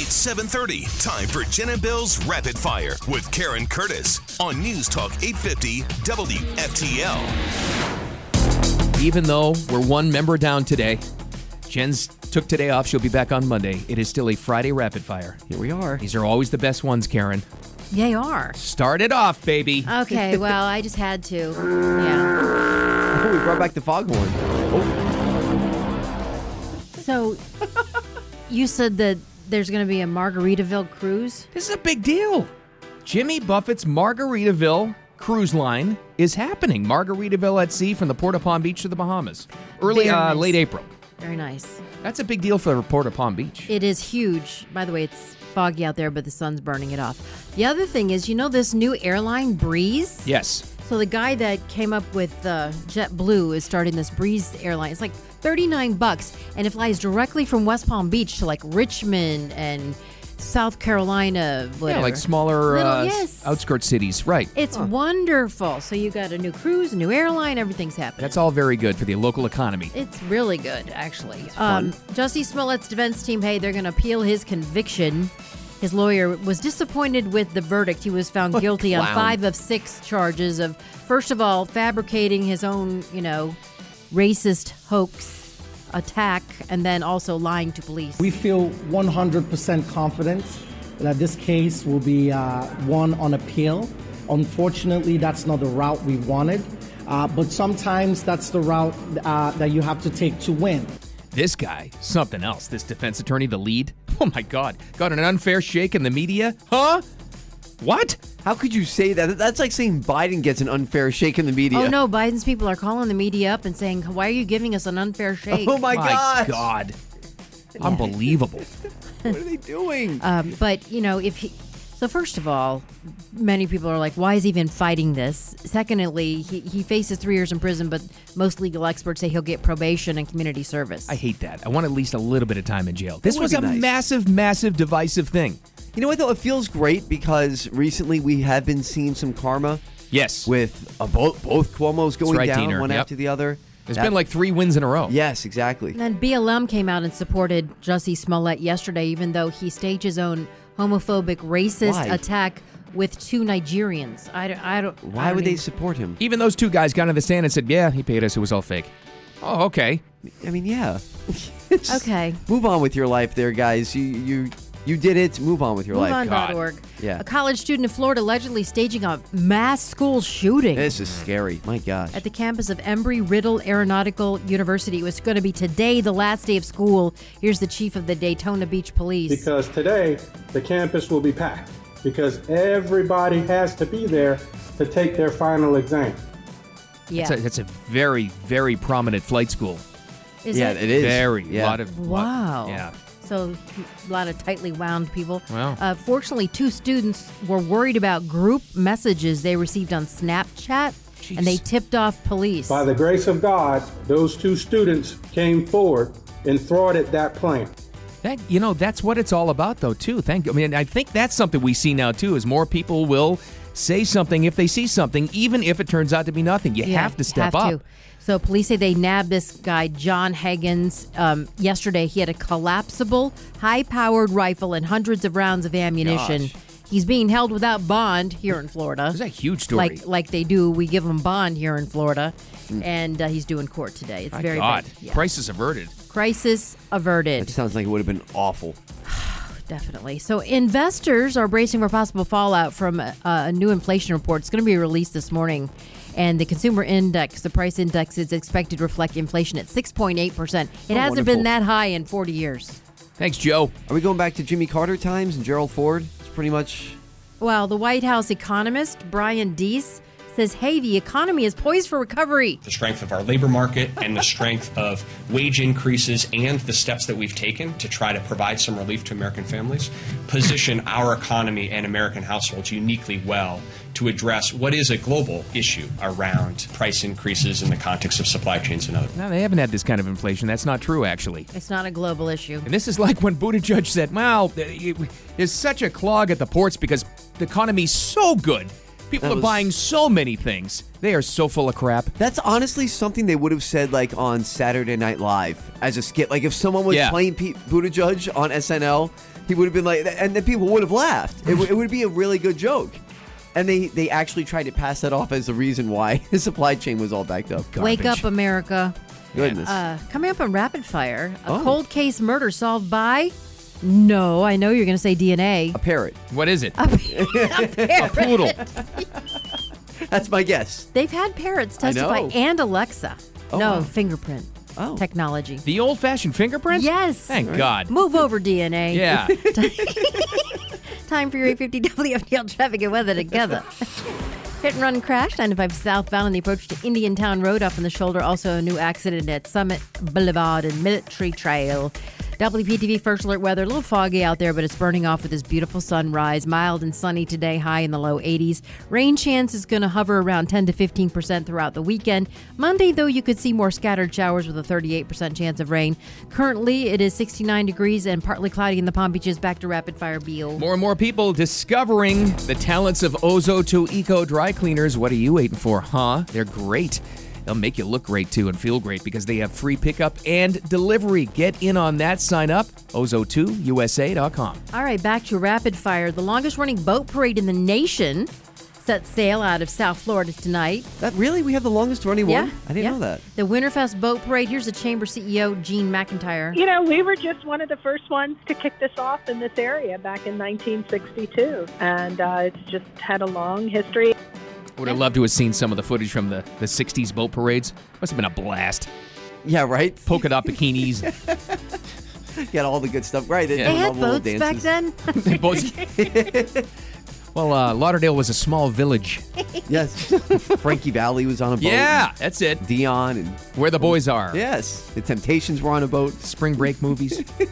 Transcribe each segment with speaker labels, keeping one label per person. Speaker 1: It's 7:30. Time for Jen and Bill's Rapid Fire with Karen Curtis on News Talk 850 WFTL.
Speaker 2: Even though we're one member down today, Jen's took today off. She'll be back on Monday. It is still a Friday rapid fire.
Speaker 3: Here we are.
Speaker 2: These are always the best ones, Karen.
Speaker 4: They are.
Speaker 2: Start it off, baby.
Speaker 4: Okay, well, I just had to. Yeah.
Speaker 3: Oh, we brought back the foghorn.
Speaker 4: So you said that there's going to be a Margaritaville cruise?
Speaker 2: This is a big deal. Jimmy Buffett's Margaritaville cruise line is happening. Margaritaville at sea from the Port of Palm Beach to the Bahamas. Early,
Speaker 4: Very
Speaker 2: uh,
Speaker 4: nice.
Speaker 2: late April.
Speaker 4: Very nice.
Speaker 2: That's a big deal for the Port of Palm Beach.
Speaker 4: It is huge. By the way, it's foggy out there, but the sun's burning it off. The other thing is, you know this new airline, Breeze?
Speaker 2: yes.
Speaker 4: So the guy that came up with uh, JetBlue is starting this Breeze airline. It's like 39 bucks, and it flies directly from West Palm Beach to like Richmond and South Carolina. Whatever.
Speaker 2: Yeah, like smaller
Speaker 4: Little-
Speaker 2: uh,
Speaker 4: yes.
Speaker 2: outskirt cities. Right.
Speaker 4: It's wonderful. So you got a new cruise, a new airline, everything's happening.
Speaker 2: That's all very good for the local economy.
Speaker 4: It's really good, actually. Um, Jussie Smollett's defense team, hey, they're going to appeal his conviction. His lawyer was disappointed with the verdict. He was found guilty on
Speaker 2: clown.
Speaker 4: five of six charges of, first of all, fabricating his own, you know, racist hoax attack, and then also lying to police.
Speaker 5: We feel 100% confident that this case will be uh, won on appeal. Unfortunately, that's not the route we wanted, uh, but sometimes that's the route uh, that you have to take to win.
Speaker 2: This guy, something else. This defense attorney, the lead. Oh my God. Got an unfair shake in the media? Huh? What?
Speaker 3: How could you say that? That's like saying Biden gets an unfair shake in the media.
Speaker 4: Oh no, Biden's people are calling the media up and saying, "Why are you giving us an unfair shake?"
Speaker 3: Oh my,
Speaker 2: My God. Unbelievable.
Speaker 3: What are they doing?
Speaker 4: Um, but you know, if he, so, first of all, many people are like, "Why is he even fighting this?" Secondly, he, he faces three years in prison, but most legal experts say he'll get probation and community service.
Speaker 2: I hate that. I want at least a little bit of time in jail. This
Speaker 3: would
Speaker 2: was
Speaker 3: be
Speaker 2: a
Speaker 3: nice.
Speaker 2: massive, massive divisive thing.
Speaker 3: you know what though? It feels great because recently we have been seeing some karma.
Speaker 2: Yes.
Speaker 3: With a bo- both Cuomo's going
Speaker 2: right,
Speaker 3: down
Speaker 2: Diener.
Speaker 3: one
Speaker 2: Yep.
Speaker 3: after the other.
Speaker 2: There's
Speaker 3: That-
Speaker 2: been like three wins in a row.
Speaker 3: Yes, exactly.
Speaker 4: and then BLM came out and supported Jussie Smollett yesterday, even though he staged his own homophobic, racist
Speaker 3: Why?
Speaker 4: attack with two Nigerians. I don't. I don't I
Speaker 3: Why
Speaker 4: don't
Speaker 3: would they
Speaker 4: even-
Speaker 3: support him?
Speaker 2: Even those two guys got on the stand and said, yeah, he paid us. It was all fake. Oh, okay.
Speaker 3: I mean, yeah. Just
Speaker 4: Okay.
Speaker 3: Move on with your life, there, guys. You you you did it. Move on with your life.
Speaker 2: God.
Speaker 4: MoveOn.org.
Speaker 3: Oh Yeah.
Speaker 4: A college student in Florida allegedly staging a mass school shooting.
Speaker 3: This is scary. My gosh.
Speaker 4: at the campus of Embry Riddle Aeronautical University. It was going to be today, the last day of school. Here's the chief of the Daytona Beach Police.
Speaker 6: because today the campus will be packed because everybody has to be there to take their final exam.
Speaker 4: yeah,
Speaker 2: That's, a, that's a very, very prominent flight school.
Speaker 4: Is
Speaker 3: yeah,
Speaker 4: it?
Speaker 3: it is.
Speaker 2: Very.
Speaker 3: Yeah.
Speaker 2: lot of. lot-
Speaker 4: Wow.
Speaker 2: yeah.
Speaker 4: So a lot of tightly wound people.
Speaker 2: Wow.
Speaker 4: Uh, fortunately, two students were worried about group messages they received on Snapchat, and they
Speaker 2: Jeez.
Speaker 4: tipped off police.
Speaker 6: By the grace of God, those two students came forward and thwarted that plan.
Speaker 2: That you know, that's what it's all about, though. Too. Thank. I mean, I think that's something we see now too. Is more people will say something if they see something, even if it turns out to be nothing. You
Speaker 4: Yeah,
Speaker 2: have to
Speaker 4: you
Speaker 2: step
Speaker 4: have
Speaker 2: up.
Speaker 4: to. So police say they nabbed this guy, John Higgins, um, yesterday. He had a collapsible, high-powered rifle and hundreds of rounds of ammunition.
Speaker 2: Gosh.
Speaker 4: He's being held without bond here in Florida.
Speaker 2: This is a huge story. Hmm.
Speaker 4: Like like they do, we give him bond here in Florida, and uh, he's doing court today. It's
Speaker 2: My
Speaker 4: very
Speaker 2: God,
Speaker 4: big. Yeah.
Speaker 2: crisis averted.
Speaker 4: crisis
Speaker 3: That
Speaker 4: averted.
Speaker 3: sounds like it would have been awful.
Speaker 4: Definitely. So investors are bracing for possible fallout from a, a new inflation report. It's going to be released this morning. And the consumer index, the price index, is expected to reflect inflation at 6.8%. It hasn't
Speaker 3: Oh, wonderful.
Speaker 4: been that high in 40 years.
Speaker 2: Thanks, Joe.
Speaker 3: Are we going back to Jimmy Carter times and Gerald Ford? It's pretty much.
Speaker 4: Well, the White House economist, Brian Deese, says, hey, the economy is poised for recovery.
Speaker 7: the strength of our labor market and the strength of wage increases and the steps that we've taken to try to provide some relief to American families position our economy and American households uniquely well to address what is a global issue around price increases in the context of supply chains and other.
Speaker 2: No, they haven't had this kind of inflation. That's not true, actually.
Speaker 4: It's not a global issue.
Speaker 2: And this is like when Buttigieg said, "Well, th- it- there's such a clog at the ports because the economy's so good People
Speaker 3: That
Speaker 2: are
Speaker 3: was-
Speaker 2: buying so many things. They are so full of crap.
Speaker 3: That's honestly something they would have said like on Saturday Night Live as a skit. Like if someone was
Speaker 2: Yeah.
Speaker 3: playing Pete Buttigieg on SNL, he would have been like, and then people would have laughed. It, w- it would be a really good joke. And they they actually tried to pass that off as the reason why his supply chain was all backed up.
Speaker 4: Wake up, America.
Speaker 3: Goodness.
Speaker 4: Uh, coming up on Rapid Fire, a
Speaker 3: Oh.
Speaker 4: cold case murder solved by. No, I know you're going to say DNA.
Speaker 3: a parrot.
Speaker 2: What is it?
Speaker 4: Parrot.
Speaker 2: Poodle.
Speaker 3: That's my guess.
Speaker 4: They've had parrots
Speaker 3: I
Speaker 4: testify
Speaker 3: know.
Speaker 4: and Alexa.
Speaker 3: Oh,
Speaker 4: no,
Speaker 3: wow.
Speaker 4: fingerprint
Speaker 3: Oh.
Speaker 4: technology.
Speaker 2: The old fashioned fingerprint?
Speaker 4: Yes.
Speaker 2: Thank God.
Speaker 4: Move over, DNA.
Speaker 2: Yeah.
Speaker 4: Time for your 850 WFDL traffic and weather together. Hit and run crash, 95 southbound on the approach to Indian Town Road, up on the shoulder. Also, a new accident at Summit Boulevard and Military Trail. WPTV First Alert weather, a little foggy out there, but it's burning off with this beautiful sunrise. Mild and sunny today, high in the low 80s. Rain chance is going to hover around 10 to 15% throughout the weekend. Monday, though, you could see more scattered showers with a 38% chance of rain. Currently, it is 69 degrees and partly cloudy in the Palm Beaches. Back to rapid fire, Beal.
Speaker 2: More and more people discovering the talents of Ozo 2 Eco Dry Cleaners. What are you waiting for, huh? They're great. They'll make you look great too and feel great because they have free pickup and delivery. Get in on that. Sign up, ozo2usa.com.
Speaker 4: All right, back to rapid fire. The longest running boat parade in the nation sets sail out of South Florida tonight.
Speaker 3: That really we have the longest running one. I didn't
Speaker 4: yeah.
Speaker 3: know that.
Speaker 4: The Winterfest Boat Parade. Here's the Chamber CEO, Gene McIntyre.
Speaker 8: You know, we were just one of the first ones to kick this off in this area back in 1962, and uh, it's just had a long history.
Speaker 2: Would have loved to have seen some of the footage from the, the 60s boat parades. Must have been a blast.
Speaker 3: Yeah, right.
Speaker 2: Polka dot bikinis.
Speaker 3: Got all the good stuff right.
Speaker 2: They
Speaker 4: They
Speaker 3: did
Speaker 4: had
Speaker 3: all the little
Speaker 4: boats back
Speaker 3: dances.
Speaker 4: then.
Speaker 2: They both- well, uh, Lauderdale was a small village.
Speaker 3: Yes. Frankie Valley was on a boat.
Speaker 2: Yeah, that's it.
Speaker 3: Dion and
Speaker 2: Where the boys are.
Speaker 3: yes, the Temptations were on a boat.
Speaker 2: Spring break movies.
Speaker 4: Who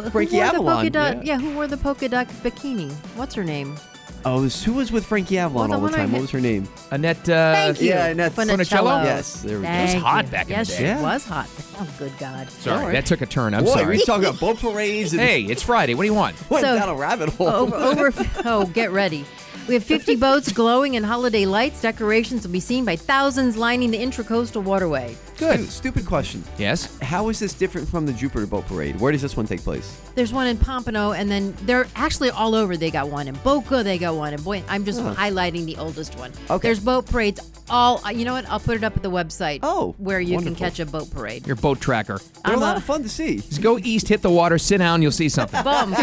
Speaker 4: wore
Speaker 3: Frankie
Speaker 4: the
Speaker 3: Avalon,
Speaker 4: polka dot- yeah.
Speaker 3: yeah.
Speaker 4: who wore the polka dot bikini? What's her name?
Speaker 3: Oh, this, who was with Frankie Avalon
Speaker 4: Well, the
Speaker 3: all the
Speaker 4: one I
Speaker 3: time?
Speaker 4: had-
Speaker 3: What was her name?
Speaker 2: Annette. Uh,
Speaker 4: Thank you.
Speaker 3: yeah, and that's-
Speaker 4: Funicello.
Speaker 3: Yes, there we go. It
Speaker 2: was
Speaker 4: Thank
Speaker 2: hot
Speaker 4: you.
Speaker 2: back in the
Speaker 4: yes,
Speaker 2: day.
Speaker 4: she
Speaker 3: Yeah.
Speaker 4: was hot. Oh, good God.
Speaker 2: Sorry, that took a turn. I'm
Speaker 3: Boy,
Speaker 2: sorry.
Speaker 3: we talking about boat parades and
Speaker 2: hey, it's Friday. What do you want?
Speaker 3: went
Speaker 4: So-
Speaker 3: down a rabbit hole.
Speaker 4: over, over oh get ready we have 50 boats glowing in holiday lights decorations will be seen by thousands lining the intracoastal waterway
Speaker 3: Good. stupid question.
Speaker 2: Yes.
Speaker 3: How is this different from the Jupiter boat parade? Where does this one take place?
Speaker 4: there's one in pompano and then they're actually all over they got one in boca they got one in boy i'm just highlighting the oldest one
Speaker 3: Okay.
Speaker 4: there's boat parades all uh, you know what i'll put it up at the website
Speaker 3: Oh,
Speaker 4: where you
Speaker 3: wonderful.
Speaker 4: can catch a boat parade
Speaker 2: Your boat tracker.
Speaker 3: They're a
Speaker 4: I'm
Speaker 3: lot
Speaker 4: a-
Speaker 3: of fun to see.
Speaker 2: Just go east, hit the water, sit down, you'll see something.
Speaker 4: bum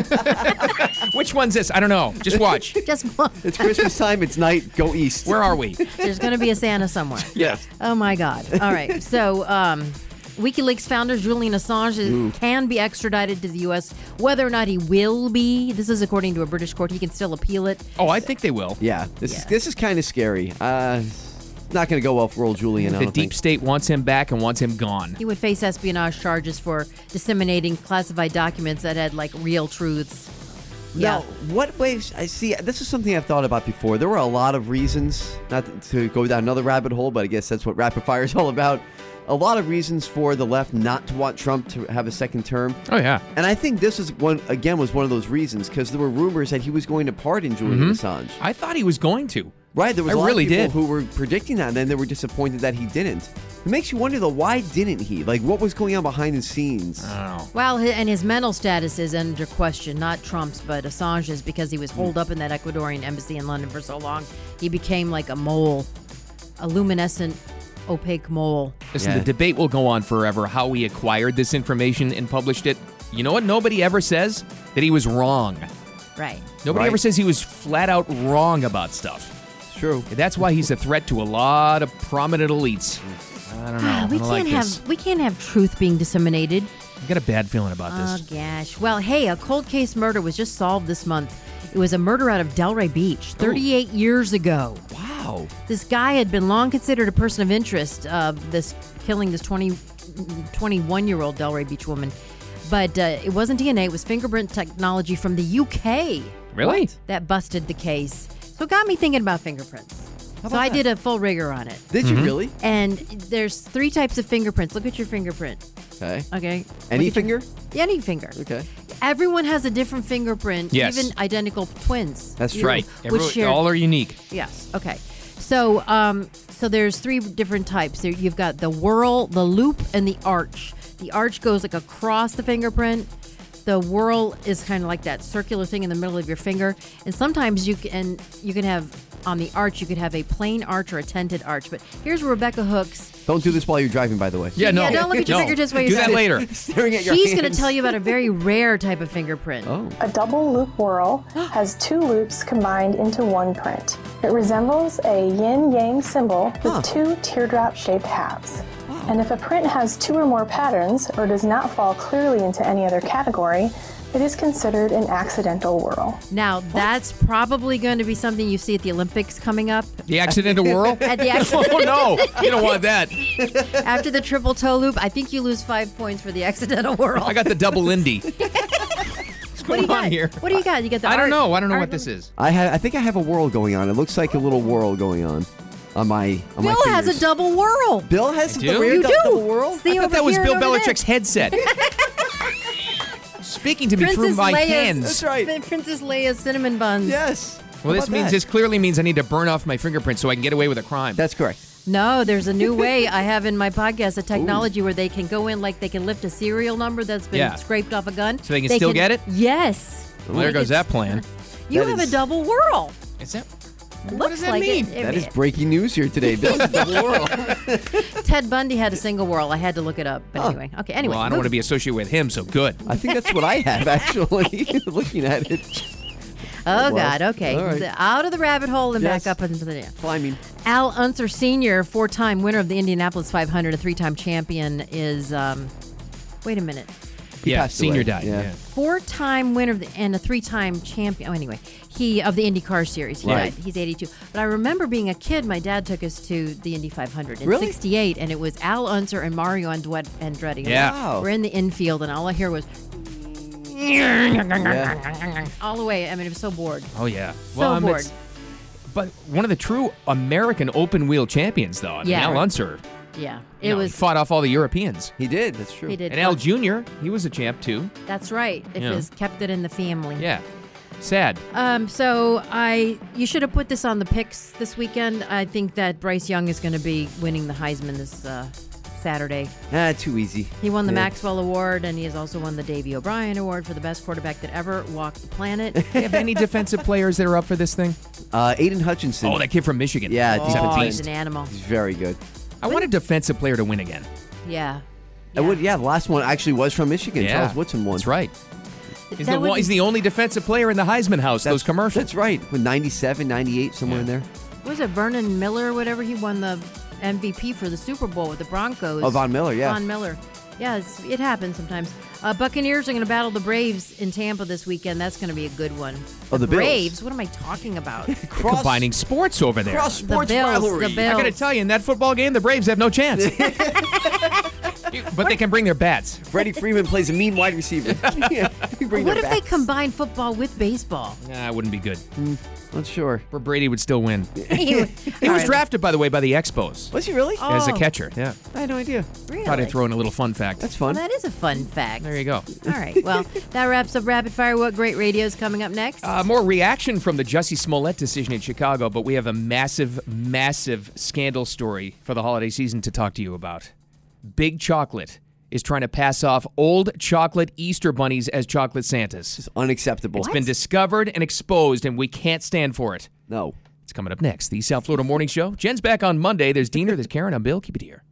Speaker 2: Which one's this? I don't know. Just watch.
Speaker 4: just bum
Speaker 3: It's Christmas time. It's night. Go east.
Speaker 2: Where are we?
Speaker 4: there's gonna be a santa somewhere
Speaker 3: Yes.
Speaker 4: Oh my God! All right, so um, WikiLeaks founder Julian Assange is- can be extradited to the U.S. Whether or not he will be, this is according to a British court. He can still appeal it.
Speaker 2: Oh, I think they will.
Speaker 3: Yeah. This is
Speaker 4: Yeah.
Speaker 3: this is kind of scary. Uh, not going to go well for old Julian. I
Speaker 2: The
Speaker 3: don't
Speaker 2: deep
Speaker 3: think.
Speaker 2: state wants him back and wants him gone.
Speaker 4: He would face espionage charges for disseminating classified documents that had like real truths.
Speaker 3: Now, what waves? I see. This is something I've thought about before. There were a lot of reasons not to go down another rabbit hole, but I guess that's what rapid fire is all about. A lot of reasons for the left not to want Trump to have a second term.
Speaker 2: Oh, yeah.
Speaker 3: And I think this is one again was one of those reasons because there were rumors that he was going to pardon Julian Assange.
Speaker 2: I thought he was going to.
Speaker 3: Right, there was
Speaker 2: Mm-hmm. I
Speaker 3: a lot
Speaker 2: really
Speaker 3: of people
Speaker 2: did.
Speaker 3: who were predicting that, and then they were disappointed that he didn't. It makes you wonder though, why didn't he? Like, what was going on behind the scenes?
Speaker 2: Oh. Ah,
Speaker 3: Oh,
Speaker 4: Well, hi- and his mental status is under question, not Trump's, but Assange's, because he was
Speaker 2: Hmm.
Speaker 4: holed up in that Ecuadorian embassy in London for so long. He became like a mole, a luminescent, opaque mole.
Speaker 2: Listen,
Speaker 3: Yeah.
Speaker 2: the debate will go on forever how we acquired this information and published it. You know what? Nobody ever says that he was wrong.
Speaker 4: Right.
Speaker 2: Nobody
Speaker 3: Right.
Speaker 2: ever says he was flat out wrong about stuff.
Speaker 3: True.
Speaker 2: That's why he's a threat to a lot of prominent elites. I don't know. I
Speaker 4: Ah, we
Speaker 2: don't
Speaker 4: can't
Speaker 2: like
Speaker 4: have
Speaker 2: this.
Speaker 4: we can't have truth being disseminated.
Speaker 2: I got a bad feeling about
Speaker 4: Oh
Speaker 2: this.
Speaker 4: gosh. Well, hey, a cold case murder was just solved this month. It was a murder out of Delray Beach 38 years ago.
Speaker 2: Wow.
Speaker 4: This guy had been long considered a person of interest of this killing this 20 21-year-old Delray Beach woman. But uh, it wasn't DNA, it was fingerprint technology from the UK
Speaker 2: Really?
Speaker 4: that busted the case. So it got me thinking about fingerprints. So
Speaker 3: about
Speaker 4: I
Speaker 3: that?
Speaker 4: did a full rigor on it.
Speaker 3: Did
Speaker 2: Mm-hmm.
Speaker 3: you really?
Speaker 4: And there's three types of fingerprints. Look at your fingerprint.
Speaker 3: Okay.
Speaker 4: Okay.
Speaker 3: Any
Speaker 4: Look at your-
Speaker 3: finger?
Speaker 4: Any finger.
Speaker 3: Okay.
Speaker 4: everyone has a different fingerprint,
Speaker 2: Yes.
Speaker 4: even identical twins.
Speaker 3: That's
Speaker 4: You-
Speaker 2: right.
Speaker 4: Which
Speaker 2: Everyone-
Speaker 4: share
Speaker 2: all are unique.
Speaker 4: Yes. Okay. So, um, so there's three different types. There, you've got the whirl, the loop, and the arch. The arch goes like across the fingerprint. The whirl is kind of like that circular thing in the middle of your finger. And sometimes you can you can have on the arch you could have a plain arch or a tented arch. But here's Rebecca Hooks.
Speaker 3: Don't do this while you're driving, by the way.
Speaker 2: Yeah, no.
Speaker 4: Yeah, don't look at your
Speaker 2: No.
Speaker 4: fingertips while
Speaker 2: Do
Speaker 4: you're
Speaker 2: that
Speaker 4: driving.
Speaker 2: later.
Speaker 3: Staring at your
Speaker 4: She's going to
Speaker 3: hands.
Speaker 4: tell you about a very rare type of fingerprint.
Speaker 3: Oh.
Speaker 9: A double loop whorl has two loops combined into one print. It resembles a yin yang symbol with two teardrop shaped halves. And if a print has two or more patterns or does not fall clearly into any other category, it is considered an accidental whirl.
Speaker 4: Now that's probably going to be something you see at the Olympics coming up.
Speaker 2: The accidental whirl?
Speaker 4: At the accident.
Speaker 2: oh, no. You don't want that.
Speaker 4: After the triple toe loop, I think you lose five points for the accidental whirl.
Speaker 2: I got the double Indy. What's
Speaker 4: what
Speaker 2: going
Speaker 4: do you
Speaker 2: on
Speaker 4: got?
Speaker 2: here?
Speaker 4: What do you got? You got the
Speaker 2: I don't
Speaker 4: art-
Speaker 2: know. I don't know
Speaker 4: art
Speaker 2: what this
Speaker 4: loop.
Speaker 2: is.
Speaker 3: I have. I think I have a whirl going on. It looks like a little whirl going on on my. On my
Speaker 4: Bill has a
Speaker 3: fingers.
Speaker 4: double whirl.
Speaker 3: Bill has
Speaker 2: do?
Speaker 3: the weird
Speaker 4: you
Speaker 3: dou-
Speaker 4: do.
Speaker 3: double whirl.
Speaker 4: See
Speaker 2: I thought
Speaker 4: over
Speaker 2: that was
Speaker 4: here
Speaker 2: Bill
Speaker 4: and over
Speaker 2: Belichick's headset. Speaking to me
Speaker 4: Princess
Speaker 2: through my
Speaker 4: Leia's-
Speaker 2: hands.
Speaker 3: That's right.
Speaker 4: there. Princess Leia's cinnamon buns.
Speaker 3: Yes. How
Speaker 2: Well, this
Speaker 3: about
Speaker 2: means
Speaker 3: that?
Speaker 2: this clearly means I need to burn off my fingerprints so I can get away with a crime.
Speaker 3: That's correct.
Speaker 4: No, there's a new way I have in my podcast, a technology where they can go in like they can lift a serial number that's been
Speaker 2: Yeah.
Speaker 4: scraped off a gun.
Speaker 2: So they can still get it?
Speaker 4: Yes.
Speaker 2: well, there
Speaker 4: They
Speaker 2: goes
Speaker 4: can-
Speaker 2: that plan.
Speaker 4: You
Speaker 3: That
Speaker 4: have
Speaker 3: is-
Speaker 4: a double whirl.
Speaker 2: Is that?
Speaker 4: Looks
Speaker 2: What does that
Speaker 4: like
Speaker 2: mean?
Speaker 4: It,
Speaker 3: That is breaking news here today, Bill. double whirl.
Speaker 4: Ted Bundy had a single whirl. I had to look it up. But
Speaker 3: Huh.
Speaker 4: anyway, okay. Anyway,
Speaker 2: Well, I don't
Speaker 4: move- Uh,
Speaker 2: want to be associated with him, so good.
Speaker 3: I think that's what I have actually. Looking at it,
Speaker 4: Oh
Speaker 3: Well,
Speaker 4: God. Okay.
Speaker 3: all right.
Speaker 4: The- Out of the rabbit hole and
Speaker 3: Yes.
Speaker 4: back up into the.
Speaker 3: climbing.
Speaker 4: Al Unser Sr., four time winner of the Indianapolis 500, a three time champion, is. Um, wait a minute.
Speaker 2: yeah,
Speaker 3: passed
Speaker 2: senior
Speaker 3: away.
Speaker 2: died.
Speaker 3: Yeah.
Speaker 2: Yeah.
Speaker 4: Four time winner of the, and a three time champion. Oh, anyway, he of the IndyCar series. He
Speaker 3: Right.
Speaker 4: died. He's 82. But I remember being a kid, my dad took us to the Indy 500 in
Speaker 3: Really?
Speaker 4: 68, and it was Al Unser and Mario Andwed- Andretti. And
Speaker 2: Yeah.
Speaker 3: Wow.
Speaker 4: We're in the infield, and all I hear was
Speaker 3: Yeah.
Speaker 4: all the way. I mean, I was so bored.
Speaker 2: Oh yeah.
Speaker 4: So
Speaker 2: I mean,
Speaker 4: bored.
Speaker 2: it's- But one of the true American open wheel champions, though. I mean,
Speaker 4: Yeah.
Speaker 2: Al Unser.
Speaker 4: Yeah.
Speaker 2: you
Speaker 4: It
Speaker 2: know, he
Speaker 4: was.
Speaker 2: fought off all the Europeans.
Speaker 3: He did. That's true.
Speaker 4: He did.
Speaker 2: And Al Jr. He was a champ too.
Speaker 4: That's right. It
Speaker 2: Yeah.
Speaker 4: was kept it in the family.
Speaker 2: Yeah. Sad.
Speaker 4: Um, so I, you should have put this on the picks this weekend. I think that Bryce Young is going to be winning the Heisman this uh, Saturday.
Speaker 3: Ah, too easy.
Speaker 4: He won the
Speaker 3: Yeah.
Speaker 4: Maxwell Award, and he has also won the Davy O'Brien Award for the best quarterback that ever walked the planet.
Speaker 2: Do you have any defensive players that are up for this thing?
Speaker 3: Uh, Aiden Hutchinson.
Speaker 2: Oh, that kid from Michigan.
Speaker 3: Yeah,
Speaker 2: He's a
Speaker 4: oh,
Speaker 3: defensive
Speaker 4: he's
Speaker 2: beast.
Speaker 4: an animal.
Speaker 3: He's very good.
Speaker 2: I want a defensive player to win again.
Speaker 4: Yeah.
Speaker 3: I would. Yeah, the last one actually was from Michigan.
Speaker 2: Yeah.
Speaker 3: Charles Woodson won.
Speaker 2: That's right. He's
Speaker 4: That
Speaker 2: the,
Speaker 4: would
Speaker 2: one,
Speaker 4: be-
Speaker 2: he's the only defensive player in the Heisman House.
Speaker 3: That's,
Speaker 2: those commercials.
Speaker 3: That's right. With 97, 98, somewhere in there.
Speaker 4: Was it Vernon Miller or whatever? He won the MVP for the Super Bowl with the Broncos.
Speaker 3: Oh, Von Miller, yeah.
Speaker 4: Von Miller. Yeah, it's, it happens sometimes. Uh, Buccaneers are going to battle the Braves in Tampa this weekend. That's going to be a good one.
Speaker 3: Oh, the Bills.
Speaker 4: Braves. What am I talking about?
Speaker 3: Cross,
Speaker 2: Combining sports over there.
Speaker 3: cross sports
Speaker 4: Bills,
Speaker 3: rivalry.
Speaker 4: the
Speaker 2: I
Speaker 4: Bills.
Speaker 2: gotta tell you, in that football game, the Braves have no chance. but they can bring their bats.
Speaker 3: Freddie Freeman plays a mean wide receiver. yeah, you bring
Speaker 4: what
Speaker 3: their
Speaker 4: if they
Speaker 3: backs.
Speaker 4: combine football with baseball?
Speaker 2: Nah, it wouldn't be good.
Speaker 3: Not sure.
Speaker 2: But Brady would still win.
Speaker 4: Anyway,
Speaker 2: He was drafted, by the way, by the Expos
Speaker 3: Was he really?
Speaker 4: Oh,
Speaker 2: as a catcher. Yeah.
Speaker 3: I had no idea.
Speaker 4: really?
Speaker 2: Thought I'd throw in a little fun fact.
Speaker 3: That's fun.
Speaker 4: That is a fun fact.
Speaker 2: there you go.
Speaker 4: All right. Well, that wraps up Rapid Fire. What great radio is coming up next?
Speaker 2: Uh, more reaction from the Jussie Smollett decision in Chicago, but we have a massive, massive scandal story for the holiday season to talk to you about. Big Chocolate is trying to pass off old chocolate Easter bunnies as chocolate Santas.
Speaker 3: It's unacceptable.
Speaker 2: It's been discovered and exposed, and we can't stand for it.
Speaker 3: no.
Speaker 2: It's coming up next. The South Florida Morning Show. Jen's back on Monday. There's Diener, there's Karen, I'm Bill. Keep it here.